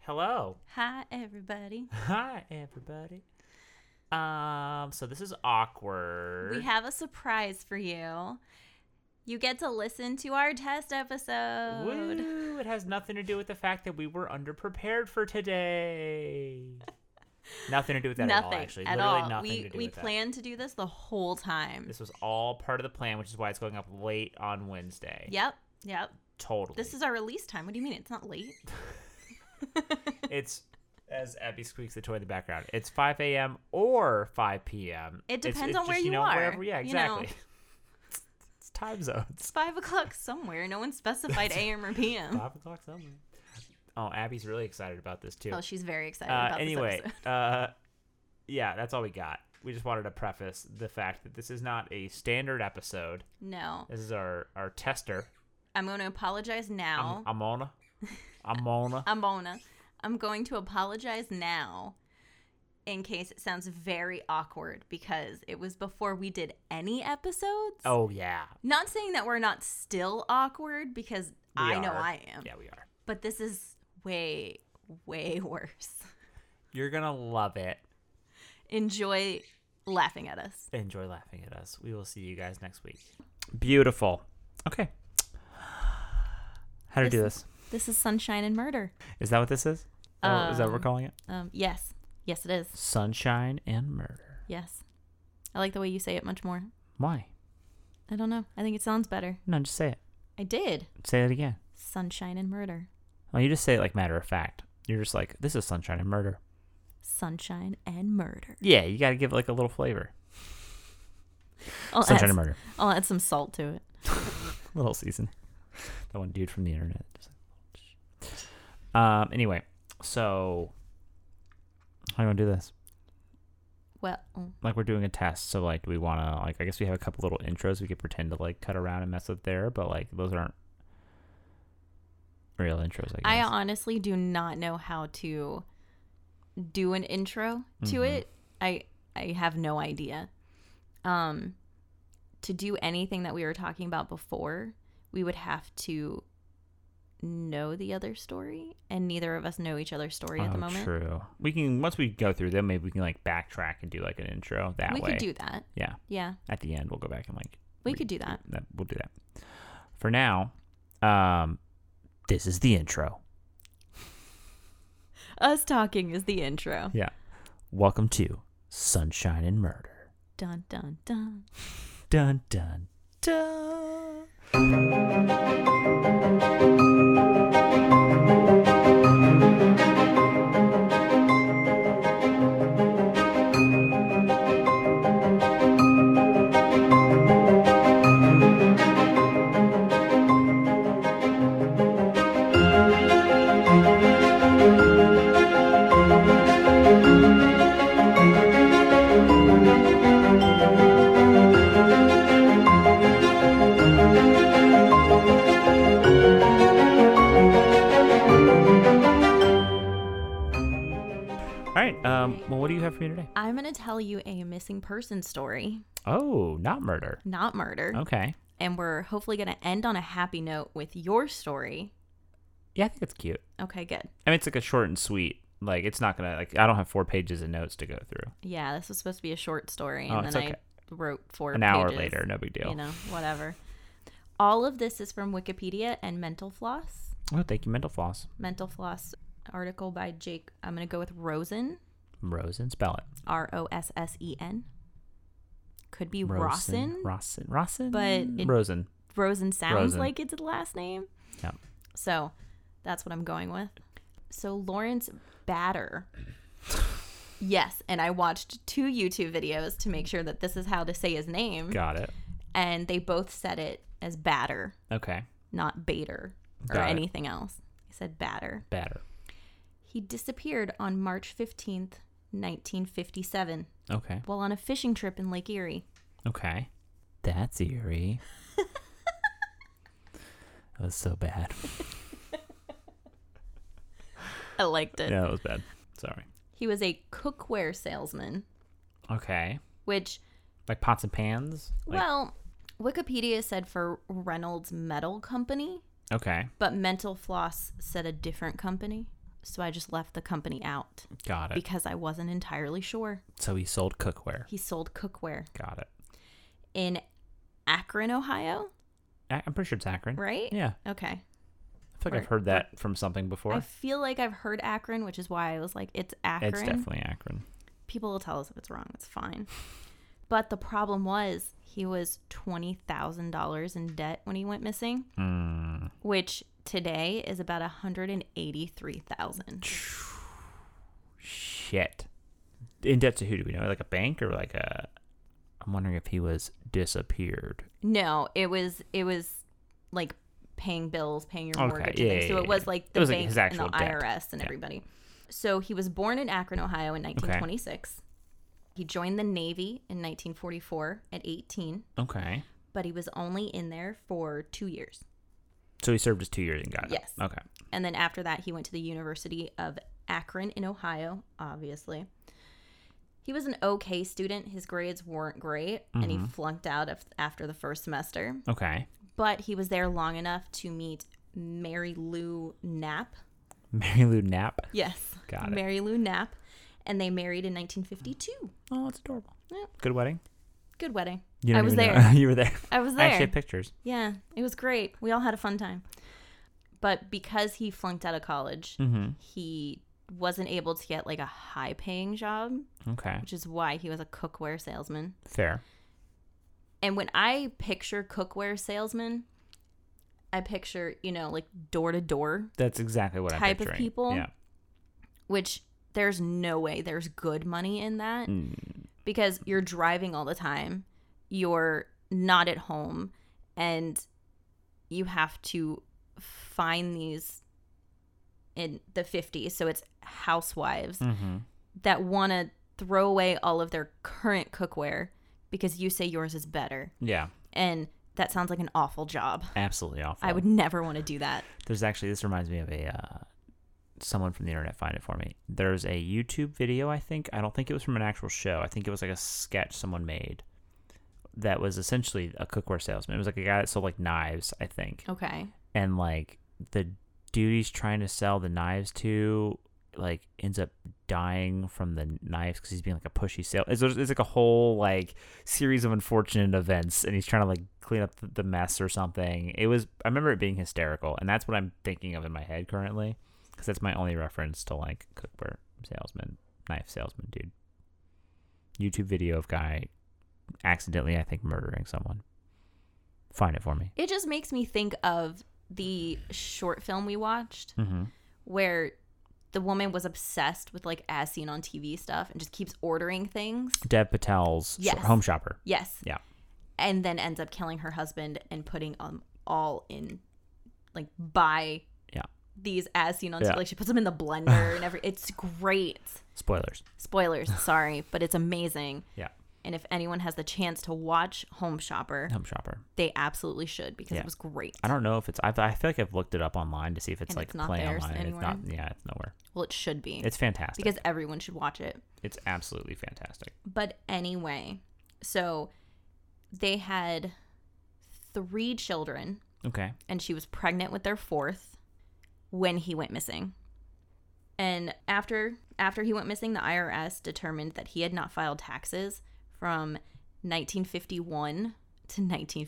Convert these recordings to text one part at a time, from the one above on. Hello. Hi, everybody. Hi, everybody. Um, so this is awkward. We have a surprise for you. You get to listen to our test episode. Woo, it has nothing to do with the fact that we were underprepared for today. nothing to do with that nothing at all, actually. at Literally all. nothing we to do we with that. planned to do this the whole time. This was all part of the plan, which is why it's going up late on Wednesday. Yep, yep. Totally. This is our release time. What do you mean? It's not late. it's as Abby squeaks the toy in the background. It's 5 a.m. or 5 p.m. It It's- depends it's on where just, you know, are, Wherever, yeah, you know. exactly. It's- it's time zones. It's five o'clock somewhere. No one specified AM or PM. Five o'clock somewhere. Oh, Abby's really excited about this too. Oh, she's very excited uh, about this anyway, episode. uh, yeah, that's all we got. We just wanted to preface the fact that this is not a standard episode. No, This is our our tester. I'm going to apologize now. I'm Amona. Amona. I'm Mona. I'm going to apologize now in case it sounds very awkward because it was before we did any episodes. Oh yeah, Not saying that we're not still awkward because we I know are. I am. Yeah, we are. But this is way, way worse. You're gonna love it. Enjoy laughing at us. enjoy laughing at us. We will see you guys next week. Beautiful. Okay. How to do this? This is Sunshine and Murder. Is that what this is? Oh, is that what we're Um, calling it? Um, yes. Yes, it is. Sunshine and murder. Yes. I like the way you say it much more. Why? I don't know. I think it sounds better. No, just say it. I did. Say it again. Sunshine and Murder. Well, you just say it like matter of fact. You're just like, this is sunshine and murder. Sunshine and Murder. Yeah, you got to give it like a little flavor. I'll add, sunshine and murder. I'll add some salt to it. Little season. that one dude from the internet. Just like, Um. Anyway, so how do you want to do this? Well, like we're doing a test so like do we want to like i guess we have a couple little intros we could pretend to like cut around and mess up there but like those aren't real intros i I guess honestly do not know how to do an intro to Mhm. it. I I have no idea. Um to do anything that we were talking about before, we would have to know the other story and neither of us know each other's story at the Oh, moment. true we can once we go through them maybe we can like backtrack and do like an intro that we way could do that. yeah Yeah. at the end we'll go back and like We re- could do that. that we'll do that for now um this is the intro Us talking is the intro. yeah welcome to sunshine and murder Dun dun dun. dun dun dun all right um well what do you have for me today I'm going to tell you a missing person story, oh not murder not murder. Okay. and we're hopefully going to end on a happy note with your story. Yeah, I think it's cute. Okay, good. I mean, it's like a short and sweet. Like, it's not gonna like. I don't have four pages of notes to go through. Yeah, this was supposed to be a short story, and Oh, then it's okay. I wrote four. An hour pages, later, no big deal. You know, whatever. All of this is from Wikipedia and Mental Floss. Oh, thank you, Mental Floss. Mental Floss article by Jake. I'm going to go with Rosen, Rosen, spell it. R O S S E N. Could be Rosen. Rosen. Rosen. Rosen. But it- Mm-hmm. Rosen. Rosen sounds Rosen. like it's a last name. Yeah. So that's what I'm going with. So Lawrence Batter. yes, and I watched two YouTube videos to make sure that this is how to say his name. Got it. And they both said it as Batter, Okay. not Bader or Got it. anything else. They said Batter. Batter. He disappeared on March 15th, 1957, Okay. while on a fishing trip in Lake Erie. Okay. That's eerie. that was so bad. I liked it. Yeah, that was bad. Sorry. He was a cookware salesman, Okay. which Like pots and pans. Like, well, Wikipedia said for Reynolds Metal Company, Okay. but Mental Floss said a different company. so I just left the company out Got it. because I wasn't entirely sure. So he sold cookware. He sold cookware Got it. in Akron, Ohio, I- I'm pretty sure it's Akron. right? Mm. Yeah. Okay. I feel like I've Or- heard that from something before. I feel like I've heard Akron, which is why I was like, it's Akron. It's definitely Akron. People will tell us if it's wrong. It's fine. But the problem was he was $20,000 in debt when he went missing, Mm. which today is about 183000 Shit. In debt to who do we know? Like a bank or like a? I'm wondering if he was disappeared. No, it was it was like paying bills, paying your Okay, mortgage. yeah, and things. yeah, so yeah, it was yeah. like It the was, like, bank his and the actual debt. IRS and Yeah. everybody. So he was born in Akron, Ohio in 1926. He joined the Navy in 1944 at 18, Okay. but he was only in there for 2 years. So he served his two years and got it. Yes. Okay. And then after that he went to the University of Akron in Ohio, obviously. He was an okay student. His grades weren't great, and Mm-hmm. he flunked out of, after the first semester. Okay. but he was there long enough to meet Mary Lou Knapp. Mary Lou Knapp. Yes. Got it. Mary Lou Knapp. And they married in 1952. Oh, that's adorable. Yeah. Good wedding. Good wedding. You I don't was even there. you were there. I was I actually there. have pictures. yeah, it was great. We all had a fun time. But because he flunked out of college, Mm-hmm. he wasn't able to get like a high paying job, Okay. which is why he was a cookware salesman. Fair. And when I picture cookware salesman, I picture, you know, like door to door That's exactly what I'm Type of picturing. people. Yeah. which there's no way there's good money in that Mm. because you're driving all the time, you're not at home, and you have to find these in the 50s. So it's housewives Mm-hmm. that want to throw away all of their current cookware because you say yours is better. Yeah. And that sounds like an awful job. Absolutely awful. I would never want to do that. There's actually this reminds me of a uh, someone from the internet find it for me. There's a YouTube video I think I don't think it was from an actual show. I think it was like a sketch someone made that was essentially a cookware salesman. It was like a guy that sold like knives, I think, Okay. and like the dude he's trying to sell the knives to like ends up dying from the knives because he's being like a pushy sale. It's, it's like a whole like series of unfortunate events, and he's trying to like clean up the- the mess or something. It was I remember it being hysterical, and that's what I'm thinking of in my head currently because that's my only reference to like cookware salesman, knife salesman, dude. YouTube video of guy accidentally, I think, murdering someone. Find it for me. It just makes me think of the short film we watched Mm-hmm. where the woman was obsessed with like as seen on TV stuff and just keeps ordering things. Deb Patel's sh- Yes. Home Shopper. Yes. Yeah. And then ends up killing her husband and putting them all in like buy Yeah. these as seen on Yeah. TV. Like she puts them in the blender and every it's great. Spoilers. Spoilers, sorry, but it's amazing. Yeah. And if anyone has the chance to watch Home Shopper, Home Shopper. they absolutely should because Yeah. it was great. I don't know if it's. I've, I feel like I've looked it up online to see if it's And like it's not play there online. anywhere? It's not. Yeah, it's nowhere. Well, it should be It's fantastic. because everyone should watch it. it's absolutely fantastic. But anyway, so they had three children, Okay. and she was pregnant with their fourth when he went missing. And after after he went missing, the IRS determined that he had not filed taxes from 1951 to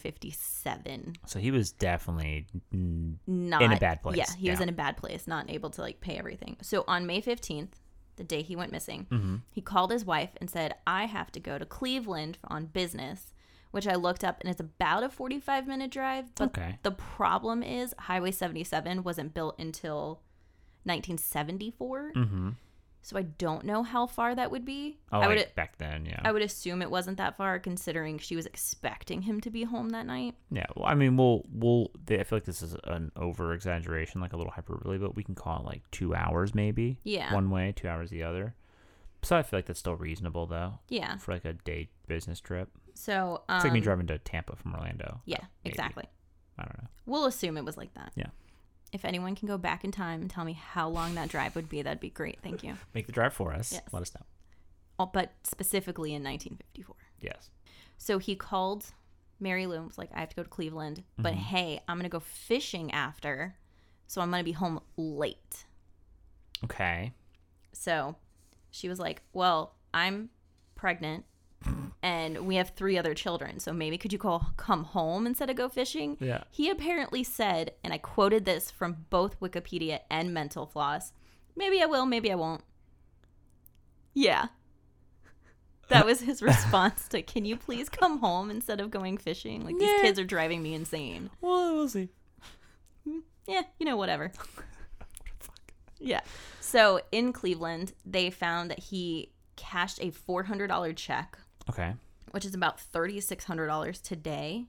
1957. So he was definitely. mm, Not bad place, Yeah, he was yeah. in a bad place, not able to like pay everything. So on May 15th, the day he went missing, mhm. he called his wife and said, I have to go to Cleveland on business, which I looked up and it's about a 45 minute drive. But Okay. the problem is Highway 77 wasn't built until 1974. Mm-hmm. So I don't know how far that would be. Oh, I would like back then, yeah. I would assume it wasn't that far considering she was expecting him to be home that night. yeah. Well, I mean, we'll we'll. I feel like this is an over exaggeration, like a little hyperbole, but we can call it like two hours, maybe. Yeah. One way, two hours the other. So I feel like that's still reasonable though Yeah. for like a day business trip. So um, It's like me driving to Tampa from Orlando. Yeah, maybe. exactly. I don't know. We'll assume it was like that. Yeah. If anyone can go back in time and tell me how long that drive would be, that'd be great. Thank you. Make the drive for us. Yes. Let us know. Oh, but specifically in 1954. Yes. So he called Mary Lou and was like, I have to go to Cleveland, but hey, I'm going to go fishing after. So I'm going to be home late. Okay. So she was like, Well, I'm pregnant and we have three other children. So maybe could you call, come home instead of go fishing? Yeah. He apparently said, and I quoted this from both Wikipedia and Mental Floss maybe I will, maybe I won't. Yeah. That was his response to, Can you please come home instead of going fishing? Like, these Yeah. kids are driving me insane. Well, we'll see. Yeah, you know, whatever. Yeah. So in Cleveland, they found that he cashed a $400 check, Okay. which is about $3,600 today,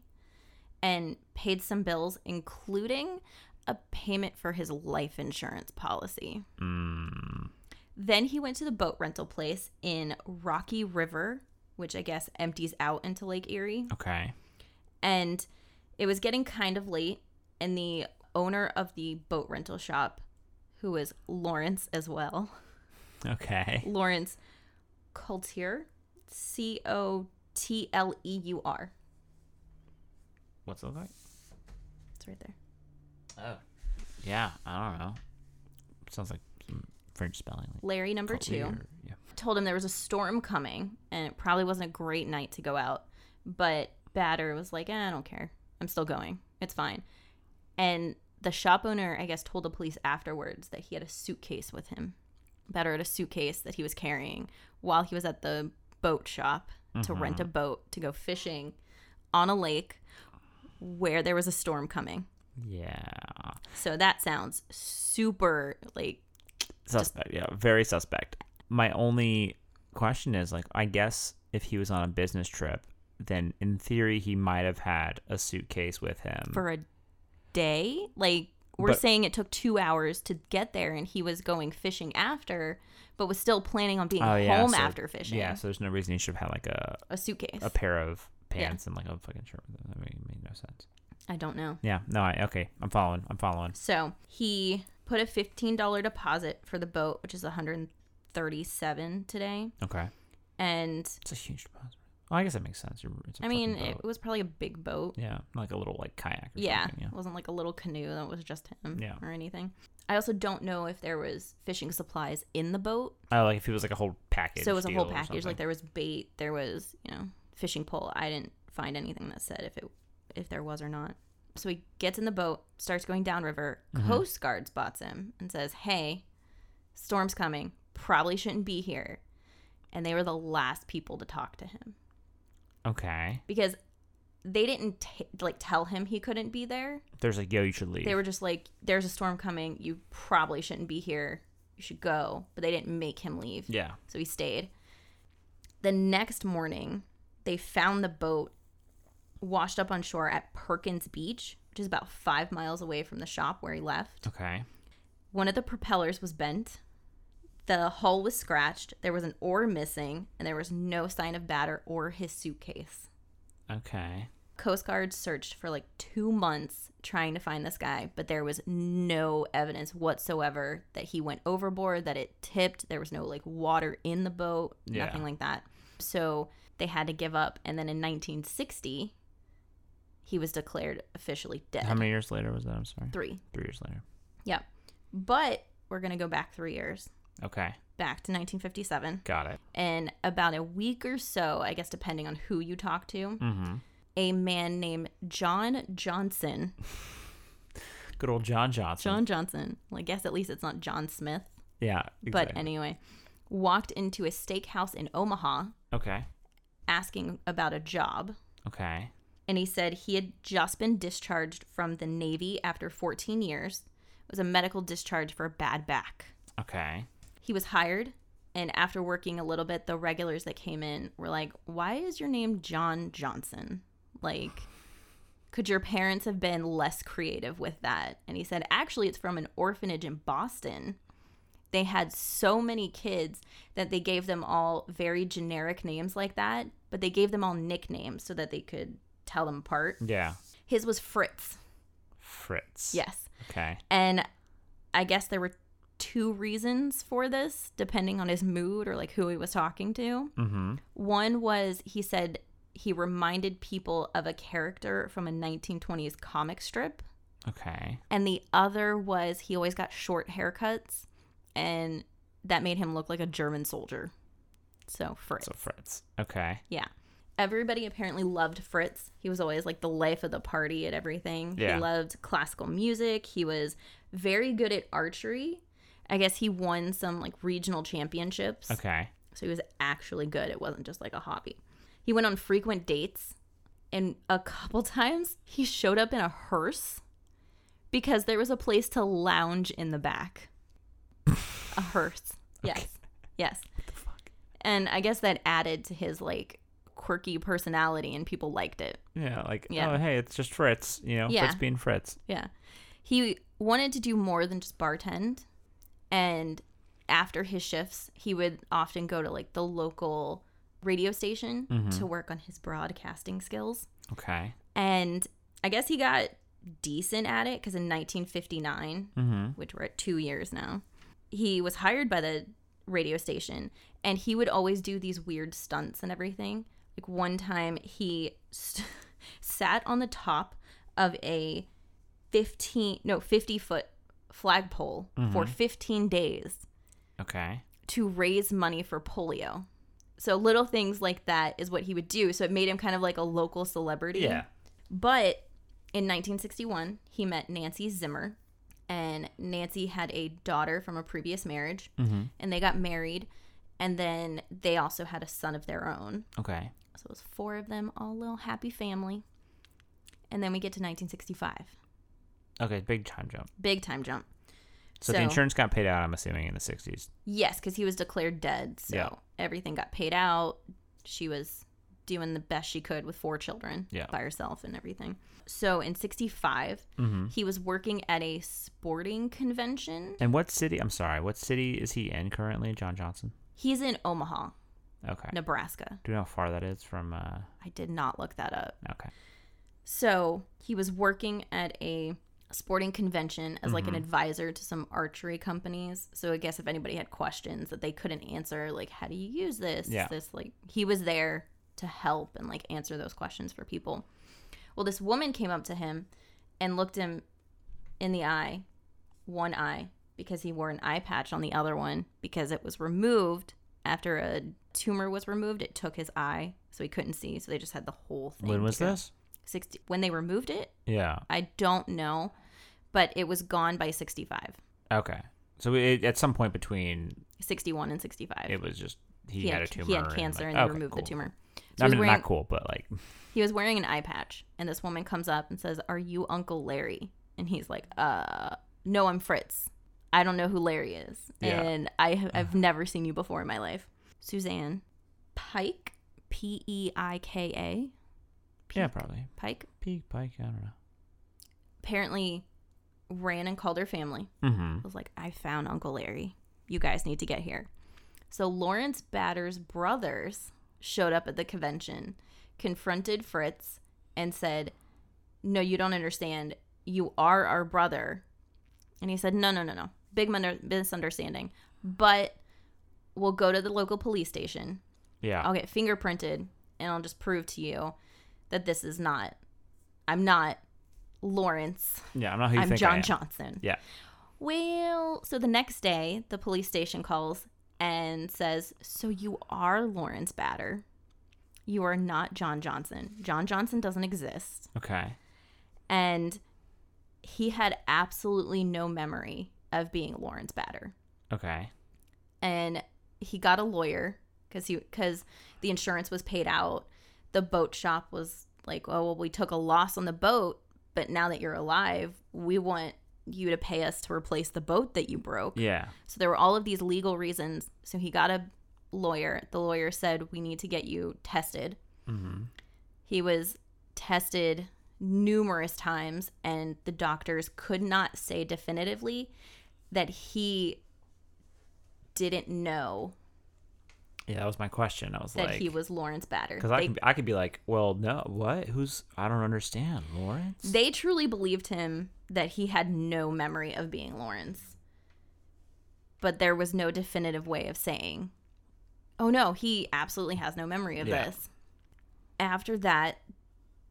and paid some bills, including a payment for his life insurance policy. Mm. Then he went to the boat rental place in Rocky River, which I guess empties out into Lake Erie. Okay. And it was getting kind of late, and the owner of the boat rental shop, who was Lawrence as well, Okay. Lawrence Coulter, C O T L E U R. What's it look like? It's right there. Oh. Yeah. I don't know. Sounds like some French spelling. Like Larry number two. Collier. Yeah. told him there was a storm coming and it probably wasn't a great night to go out. But Batter was like, eh, I don't care. I'm still going. It's fine. And the shop owner, I guess, told the police afterwards that he had a suitcase with him. Batter had a suitcase that he was carrying while he was at the boat shop to rent a boat to go fishing on a lake where there was a storm coming. Yeah. So that sounds super like Suspect. Yeah. Very suspect. My only question is like, I guess if he was on a business trip, then in theory he might have had a suitcase with him. for a day. Like we're But- saying it took two hours to get there, and he was going fishing after, but was still planning on being Oh, home yeah, so- after fishing. Yeah. So there's no reason he should have had like a a suitcase. a pair of Yeah. pants and like a fucking shirt. That made, made no sense. I don't know. Yeah. No. I okay. I'm following. I'm following. So he put a fifteen dollar deposit for the boat, which is one hundred and thirty-seven today, Okay. and It's a huge deposit. Well, I guess that makes sense. You're- It's a I mean fucking it boat. was probably a big boat. yeah, like a little like kayak. Or Yeah, something, yeah. it wasn't like a little canoe that was just him Yeah. or anything. I also don't know if there was fishing supplies in the boat Oh, like if it was like a whole package. so it was a whole deal or package like something. there was bait there was you know fishing pole i didn't find anything that said if it if there was or not so he gets in the boat starts going downriver Mm-hmm. coast guard spots him and says hey storm's coming probably shouldn't be here and they were the last people to talk to him Okay. because they didn't t- like tell him he couldn't be there There's like yo, you should leave. they were just like there's a storm coming you probably shouldn't be here you should go but they didn't make him leave yeah. so he stayed. The next morning, they found the boat washed up on shore at Perkins Beach, which is about five miles away from the shop where he left. Okay. One of the propellers was bent. The hull was scratched. There was an oar missing, and there was no sign of batter or his suitcase. Okay. Coast Guard searched for like two months trying to find this guy, but there was no evidence whatsoever that he went overboard, that it tipped. There was no like water in the boat, Yeah. nothing like that. So they had to give up. And then in 1960, he was declared officially dead. How many years later was that? I'm sorry. Three. Three years later. Yep. But we're going to go back three years, Okay. back to 1957. Got it. And about a week or so, I guess, depending on who you talk to, Mm-hmm. a man named John Johnson. Good old John Johnson. John Johnson. Well, I guess at least it's not John Smith. Yeah. Exactly. But anyway, walked into a steakhouse in Omaha Okay. asking about a job. Okay. And he said he had just been discharged from the Navy after 14 years. It was a medical discharge for a bad back. Okay. He was hired. And after working a little bit, the regulars that came in were like, Why is your name John Johnson? Like, could your parents have been less creative with that? And he said, Actually, it's from an orphanage in Boston. They had so many kids that they gave them all very generic names like that, but they gave them all nicknames so that they could tell them apart. Yeah. His was Fritz. Fritz. Yes. Okay. And I guess there were two reasons for this, depending on his mood or like who he was talking to. Mm-hmm. One was he said he reminded people of a character from a 1920s comic strip. Okay. And the other was he always got short haircuts and that made him look like a German soldier. So Fritz. So Fritz. Okay. Yeah. Everybody apparently loved Fritz. He was always like the life of the party at everything. Yeah. He loved classical music. He was very good at archery. I guess he won some like regional championships. Okay. So he was actually good. It wasn't just like a hobby. He went on frequent dates, and a couple times he showed up in a hearse because there was a place to lounge in the back. a hearse. Yes. Yes. And I guess that added to his like quirky personality, and people liked it. Yeah, like Yeah. oh hey, it's just Fritz, you know, Yeah. Fritz being Fritz. Yeah. He wanted to do more than just bartend. And after his shifts, he would often go to like the local radio station to work on his broadcasting skills. Okay. And I guess he got decent at it because in 1959, Mm-hmm. which we're at two years now, he was hired by the radio station and he would always do these weird stunts and everything. Like one time he s sat on the top of a 15, no, 50 foot flagpole for 15 days Okay. to raise money for polio. So little things like that is what he would do. So it made him kind of like a local celebrity. But in 1961, he met Nancy Zimmer, and Nancy had a daughter from a previous marriage, Mm-hmm. and they got married, and then they also had a son of their own. Okay. So it was four of them, all a little happy family. And then we get to 1965. Okay, big time jump. Big time jump. So, the insurance got paid out, I'm assuming, in the sixties. Yes, because he was declared dead. So Yeah. everything got paid out. She was doing the best she could with four children Yeah. by herself and everything. So in 65, Mm-hmm. he was working at a sporting convention. And what city I'm sorry, what city is he in currently, John Johnson? He's in Omaha, Okay. Nebraska. Do you know how far that is from uh I did not look that up. okay. So he was working at a sporting convention as Mm-hmm. like an advisor to some archery companies. So I guess if anybody had questions that they couldn't answer, like how do you use this? Yeah. This like he was there to help and like answer those questions for people. Well, this woman came up to him and looked him in the eye, one eye, because he wore an eye patch on the other one because it was removed after a tumor was removed. It took his eye, so he couldn't see. So they just had the whole thing. When was to go. this? 60 when they removed it Yeah. i don't know but it was gone by 65 Okay. So it, at some point between 61 and 65 it was just he, had, a tumor. he had and, cancer like- and, they okay, removed cool. the tumor so I he, was mean, wearing, not cool, but like, he was wearing an eye patch and this woman comes up and says are you uncle larry and he's like uh no i'm fritz i don't know who larry is Yeah. and i have, i've never seen you before in my life suzanne pike E p-e-i-k-a yeah, Peak. probably pike peak pike. I don't know. apparently ran and called her family Mm-hmm. was like, I found Uncle Larry. You guys need to get here. So Lawrence Batter's brothers showed up at the convention, confronted Fritz, and said, No, you don't understand. You are our brother. And he said, No, no, no, no. Big min- misunderstanding. But we'll go to the local police station. Yeah. I'll get fingerprinted and I'll just prove to you that this is not, I'm not Lawrence. Yeah. I'm not who you I'm think I John am. Johnson. Yeah. Well, so the next day, the police station calls and says, So you are Lawrence Batter. You are not John Johnson. John Johnson doesn't exist. Okay. And he had absolutely no memory of being Lawrence Batter. Okay. And he got a lawyer because he because the insurance was paid out. The boat shop was like, Oh, well, we took a loss on the boat, but now that you're alive, we want you to pay us to replace the boat that you broke. Yeah. So there were all of these legal reasons. So he got a lawyer. The lawyer said, We need to get you tested. Mm-hmm. He was tested numerous times, and the doctors could not say definitively that he didn't know Yeah. That was my question. I was that like, he was Lawrence Batter. because I They, can, I could be like, well, no, what? Who's? I don't understand, Lawrence. they truly believed him that he had no memory of being Lawrence. But there was no definitive way of saying, oh no, he absolutely has no memory of Yeah. this. After that,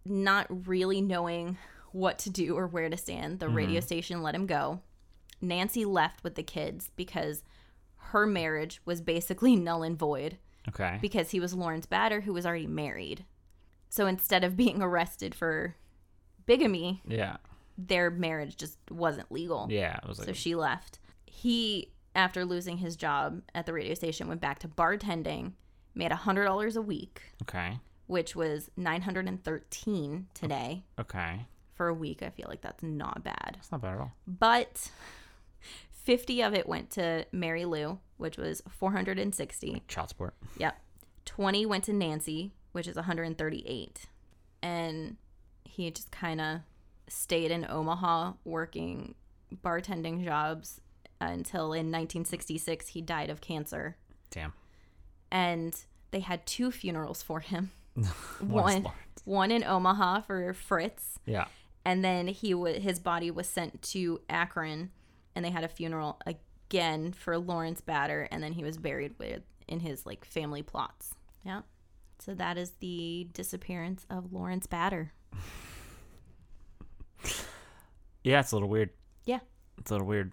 not really knowing what to Mm-hmm. do or where to stand, the radio station let him go. Nancy left with the kids because her marriage was basically null and void Okay. because he was Lawrence Batter, who was already married. So instead of being arrested for bigamy, yeah. their marriage just wasn't legal. Yeah. It was like So she left. He, after losing his job at the radio station, went back to bartending, made $100 a week, okay. which was 913 today Okay. for a week. I feel like that's not bad. That's not bad at all. But 50 of it went to Mary Lou, which was 460. Child support. Yep. 20 went to Nancy, which is 138. And he just kind of stayed in Omaha working bartending jobs until in 1966 he died of cancer. Damn. And they had two funerals for him. What is one Lawrence? one in Omaha for Fritz, Yeah. and then he wa his body was sent to Akron and they had a funeral again for Lawrence Batter and then he was buried with in his like family plots. Yeah. So that is the disappearance of Lawrence Batter. Yeah. It's a little weird. Yeah. It's a little weird.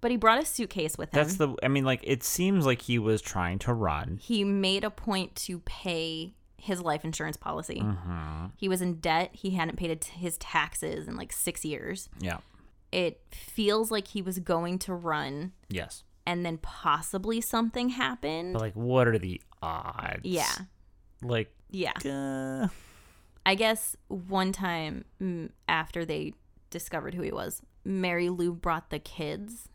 But he brought a suitcase with him. That's the. I mean, like, it seems like he was trying to run. he made a point to pay his life insurance policy. Mm-hmm. He was in debt. He hadn't paid it- his taxes in like 6 years. Yeah. It feels like he was going to run Yes. and then possibly something happened. But like, what are the odds? yeah. Like. Yeah. Uh, I guess one time mm, after they discovered who he was, Mary Lou brought the kids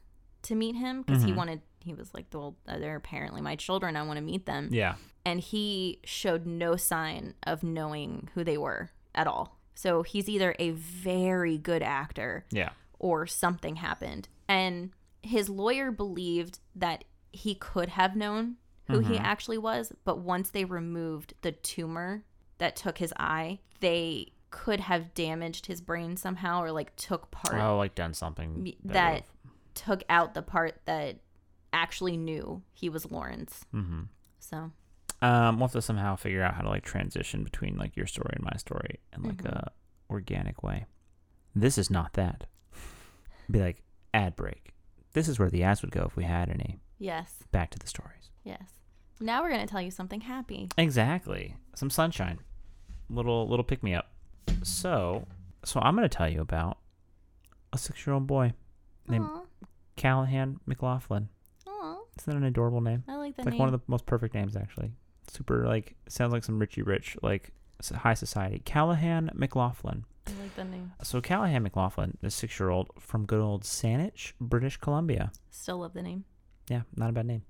to meet him because he wanted, he was like, well, they're apparently my children. I want to meet them. yeah. And he showed no sign of knowing who they were at all. So he's either a very good actor Yeah. or something happened. And his lawyer believed that he could have known who he actually was, but once they removed the tumor that took his eye, they could have damaged his brain somehow or like took part Oh, like done something y- that took out the part that actually knew he was Lawrence. Mm-hmm. So, Um, we'll have to somehow figure out how to like transition between like your story and my story in like Mm-hmm. a organic way. This is not that. Be like ad break. This is where the ads would go if we had any. yes, Back to the stories. yes. Now we're going to tell you something happy. Exactly. Some sunshine. Little little pick me up. So so I'm gonna tell you about a six year old boy named Aw, Callahan McLaughlin. aw, Isn't that an adorable name? I like that It's like name. one of the most perfect names, actually. Super, like, sounds like some Richie Rich, like, s- high society. Callahan McLaughlin. I like that name. So, Callahan McLaughlin, the six year old from good old Saanich, British Columbia. Still love the name. Yeah, not a bad name.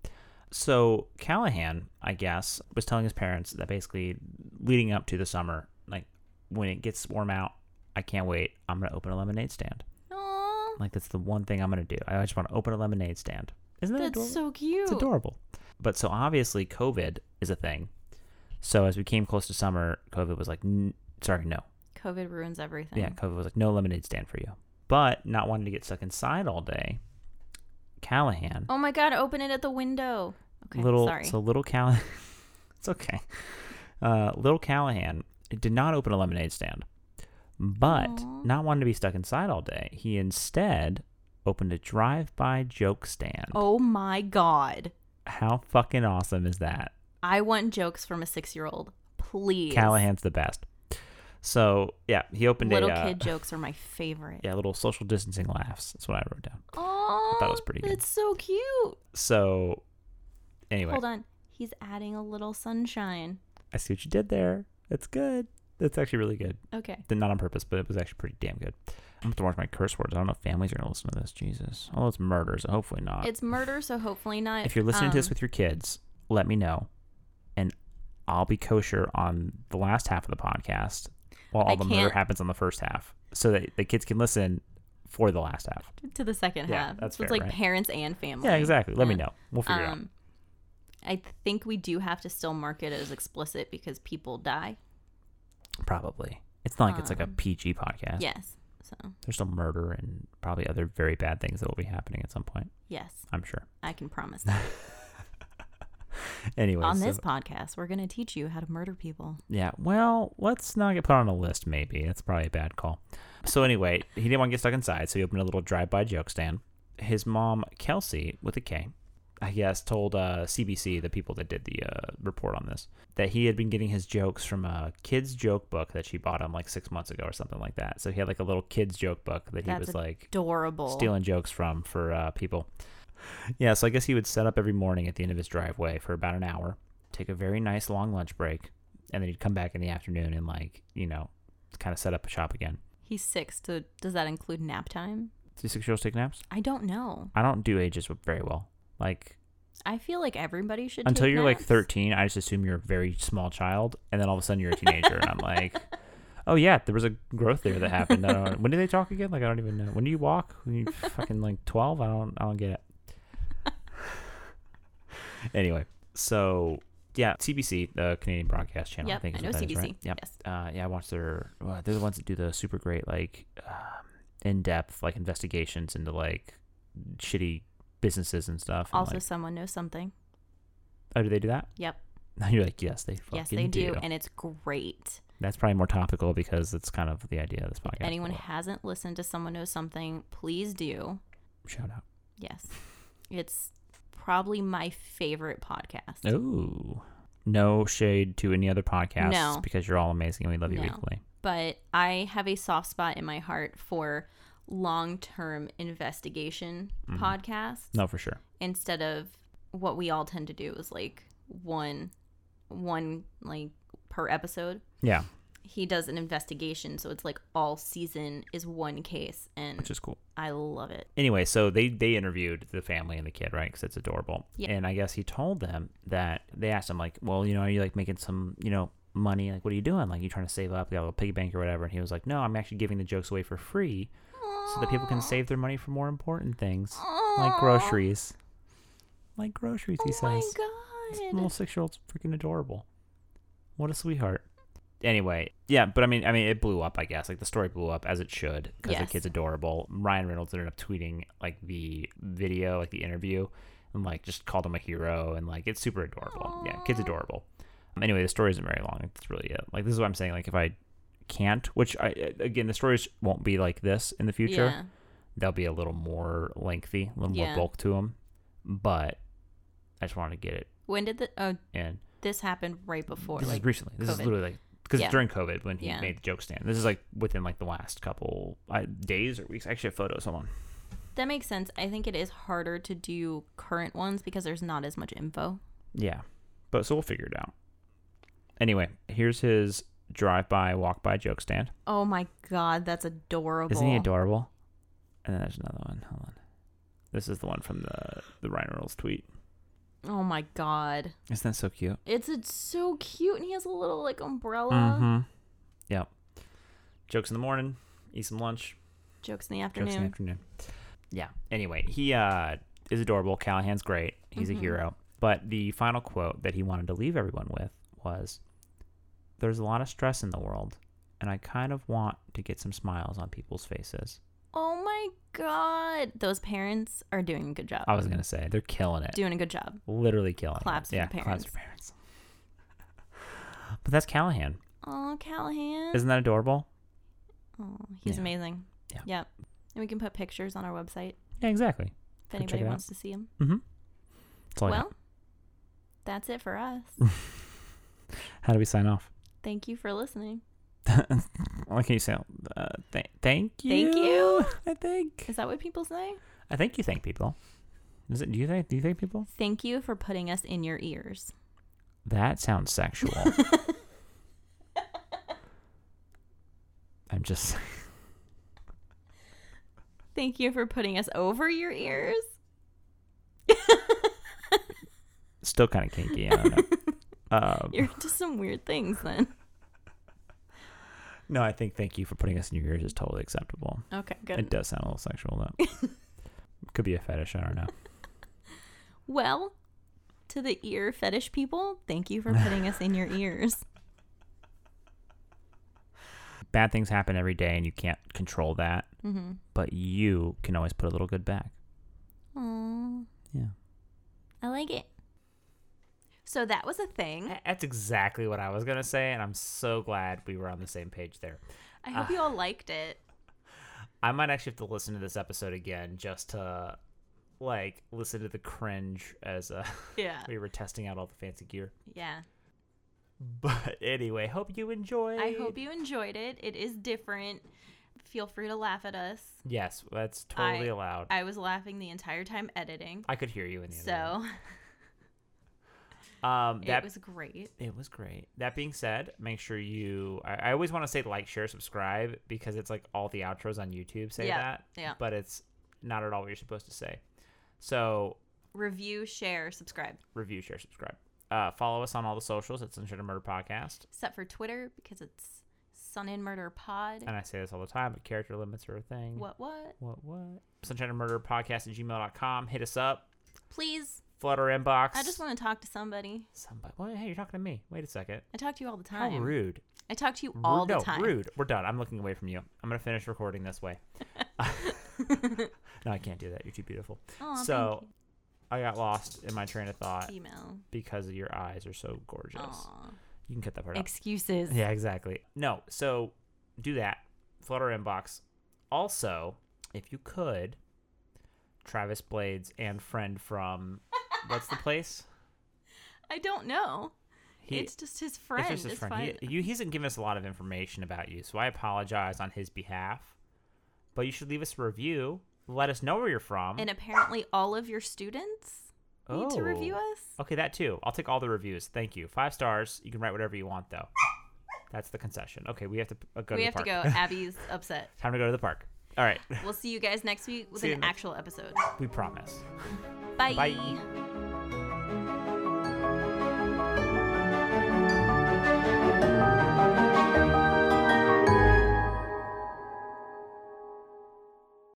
So, Callahan, I guess, was telling his parents that basically leading up to the summer, like, when it gets warm out, I can't wait. I'm going to open a lemonade stand. Aw, Like, that's the one thing I'm going to do. I just want to open a lemonade stand. Isn't that adorable? that's so cute. It's adorable. But so obviously, COVID is a thing. So as we came close to summer, COVID was like, n- sorry, no. COVID ruins everything. Yeah, COVID was like, no lemonade stand for you. But not wanting to get stuck inside all day, Callahan, Oh my god, open it at the window. Okay, little, sorry. so little Callahan, it's okay. Uh, little Callahan did not open a lemonade stand, but Aw. not wanting to be stuck inside all day, he instead opened a drive-by joke stand. oh my god. How fucking awesome is that? I want jokes from a six year old. Please. Callahan's the best. So yeah, he opened Little a uh, kid jokes are my favorite. yeah little social distancing laughs. That's what I wrote down. Oh, that was pretty good. That's so cute. So anyway, Hold on. He's adding a little sunshine. I see what you did there. That's good. That's actually really good. Okay. Did- Not on purpose, but it was actually pretty damn good. I'm gonna watch my curse words. I don't know if families are gonna listen to this. Jesus, although it's murder, so hopefully not. It's murder, so hopefully not. if you're listening to this um, with your kids, let me know, and I'll be kosher on the last half of the podcast, while all I the murder can't- happens on the first half, so that the kids can listen for the last half. to the second Yeah, half. that's so it's fair, like right? parents and family. Yeah, exactly. Let me Yeah. know. We'll figure it out. "Mm, Um, I think we do have to still mark it as explicit because people die. Probably. It's not like it's like a um, PG podcast. Yes. So, There's still murder and probably other very bad things that will be happening at some point. yes, I'm sure. I can promise that. Anyway, on so- this podcast, we're going to teach you how to murder people. yeah. Well, let's not get put on a list. Maybe that's probably a bad call. So anyway, he didn't want to get stuck inside, so he opened a little drive-by joke stand. His mom, Kelsey, with a K, I guess, told uh, CBC, the people that did the uh, report on this, that he had been getting his jokes from a kid's joke book that she bought him like six months ago or something like that. So he had like a little kid's joke book that he That's was like Adorable. stealing jokes from for uh, people. Yeah, so I guess he would set up every morning at the end of his driveway for about an hour, take a very nice long lunch break, and then he'd come back in the afternoon and like you know, kind of set up a shop again. He's six, so does that include nap time? Do six year olds take naps? I don't know. I don't do ages very well. Like I feel like everybody should until take you're like naps. 13, I just assume you're a very small child, and then all of a sudden you're a teenager, and I'm like, oh yeah, there was a growth there that happened. I don't, when do they talk again? Like I don't even know. When do you walk? When you fucking like 12? I don't. I don't get it. anyway, so yeah, CBC, the Canadian Broadcast Channel. Yep, I think is I know what that is, CBC. right? Yep. Yes. Uh, yeah, I watched their. Well, they're the ones that do the super great like um, in depth like investigations into like shitty businesses and stuff. and, Also, like- someone knows something. oh, do they do that? Yep. And you're like, yes, they fucking Yes, they do. do, and it's great. That's probably more topical because that's kind of the idea of this podcast. Anyone Well, hasn't listened to someone knows something, please do. shout out. Yes, it's probably my favorite podcast. Oh, no shade to any other podcasts No. because you're all amazing and we love you No. equally. but I have a soft spot in my heart for long term investigation Mm-hmm. podcasts No, for sure. instead of what we all tend to do is like one one like per episode. Yeah, He does an investigation, so it's like all season is one case and which is cool. I love it. Anyway, so they they interviewed the family and the kid, right? Because it's adorable. Yeah. And I guess he told them that they asked him like, well, you know, are you like making some, you know, money? Like, what are you doing? Like, you trying to save up, you got a little piggy bank or whatever? And he was like, no, I'm actually giving the jokes away for free so that people can save their money for more important things. like groceries. Like groceries, he Oh says. my Little god. six year old's freaking adorable. What a sweetheart. Anyway, yeah, but I mean, I mean, it blew up. I guess like the story blew up as it should because the Yes. kid's adorable. Ryan Reynolds ended up tweeting like the video, like the interview, and like just called him a hero and like it's super adorable. Yeah, kid's adorable. Um, anyway, the story isn't very long. That's really it. Like this is what I'm saying. Like if I can't, which I again, the stories won't be like this in the future Yeah. they'll be a little more lengthy, a little more Yeah. bulk to them. But I just wanted to get it When did the oh in. this happened right before this like is recently. This is COVID. literally like because Yeah. during COVID when he Yeah. made the joke stand. This is like within like the last couple uh, days or weeks. I actually have photos. Hold on. that makes sense. I think it is harder to do current ones because there's not as much info. Yeah, but so we'll figure it out. Anyway, here's his drive by, walk by joke stand. Oh my god, that's adorable. Isn't he adorable? And then there's another one. Hold on. This is the one from the the Ryan Reynolds tweet. Oh my god. Isn't that so cute? It's it's so cute and he has a little like umbrella. Mm-hmm. Yep. Jokes in the morning. Eat some lunch. Jokes in the Jokes in the afternoon. afternoon. Yeah. Anyway, he uh, is adorable. Callahan's great. He's Mm-hmm. a hero. But the final quote that he wanted to leave everyone with was There's a lot of stress in the world, and I kind of want to get some smiles on people's faces. Oh my god. Those parents are doing a good job. I was going to say, they're killing it. doing a good job. Literally killing Claps it. for yeah, the Claps for parents. but that's Callahan. Oh, Callahan. Isn't that adorable? oh, he's Yeah. amazing. Yeah. Yep. And we can put pictures on our website Yeah, exactly. if Go check anybody it out. wants to see him. Mm-hmm. That's all I got. Well, that's it for us. How do we sign off? Thank you for listening. Why can you say? Uh, th- thank you. Thank you. I think. Is that what people say? I think you thank people. Is it? Do you think? Do you thank people? Thank you for putting us in your ears. That sounds sexual. I'm just. Thank you for putting us over your ears. Still kind of kinky. I don't know. Um, You're into some weird things then. no, I think thank you for putting us in your ears is totally acceptable. Okay, It good. does sound a little sexual though. Could be a fetish. I don't know. Well, to the ear fetish people, thank you for putting us in your ears. Bad things happen every day, and you can't control that. Mm-hmm. But you can always put a little good back. Aww, Yeah. I like it. So that was a thing. That's exactly what I was gonna say, and I'm so glad we were on the same page there. I hope you all liked it. I might actually have to listen to this episode again just to like listen to the cringe as uh, Yeah. we were testing out all the fancy gear. Yeah. But anyway, hope you enjoy. I hope you enjoyed it. It is different. Feel free to laugh at us. Yes, that's totally allowed. I, I was laughing the entire time editing. could hear you in the other room. So um that it was great. It was great. That being said, make sure you. I, I always want to say like, share, subscribe because it's like all the outros on YouTube say Yeah, that. yeah. But it's not at all what you're supposed to say. So Review, share, subscribe. review, share, subscribe. Uh, follow us on all the socials at Sunshine and Murder Podcast. Except for Twitter because it's Sun and Murder Pod. And I say this all the time, but character limits are a thing. What what? What? What? Sunshine and Murder Podcast at gmail.com. Hit us up. Please. Flood our inbox. I just want to talk to somebody. Somebody. Well, hey, you're talking to me. Wait a second. I talk to you all the How time. rude. I talk to you Rude- all the no, time. rude. We're done. I'm looking away from you. I'm gonna finish recording this way. no, I can't do that. You're too beautiful. Aw, so thank I got lost in my train of thought you. email. because your eyes are so gorgeous. Aw. You can cut that part out. Excuses. Yeah, exactly. No, so do that. Flood our inbox. Also, if you could, Travis Blades and friend from what's the place? I don't know. He it's just his friend. It's just his friend. He, fine. you, he hasn't given us a lot of information about you, so I apologize on his behalf. But you should leave us a review. Let us know where you're from. and apparently all of your students need to review Oh. us. Okay, that too. I'll take all the reviews. Thank you. Five stars. You can write whatever you want, though. That's the concession. Okay, we have to uh, go we to have the park. to go. Abby's upset. Time to go to the park. All right, We'll see you guys next week with See you an next- actual episode. we promise. Bye. Bye.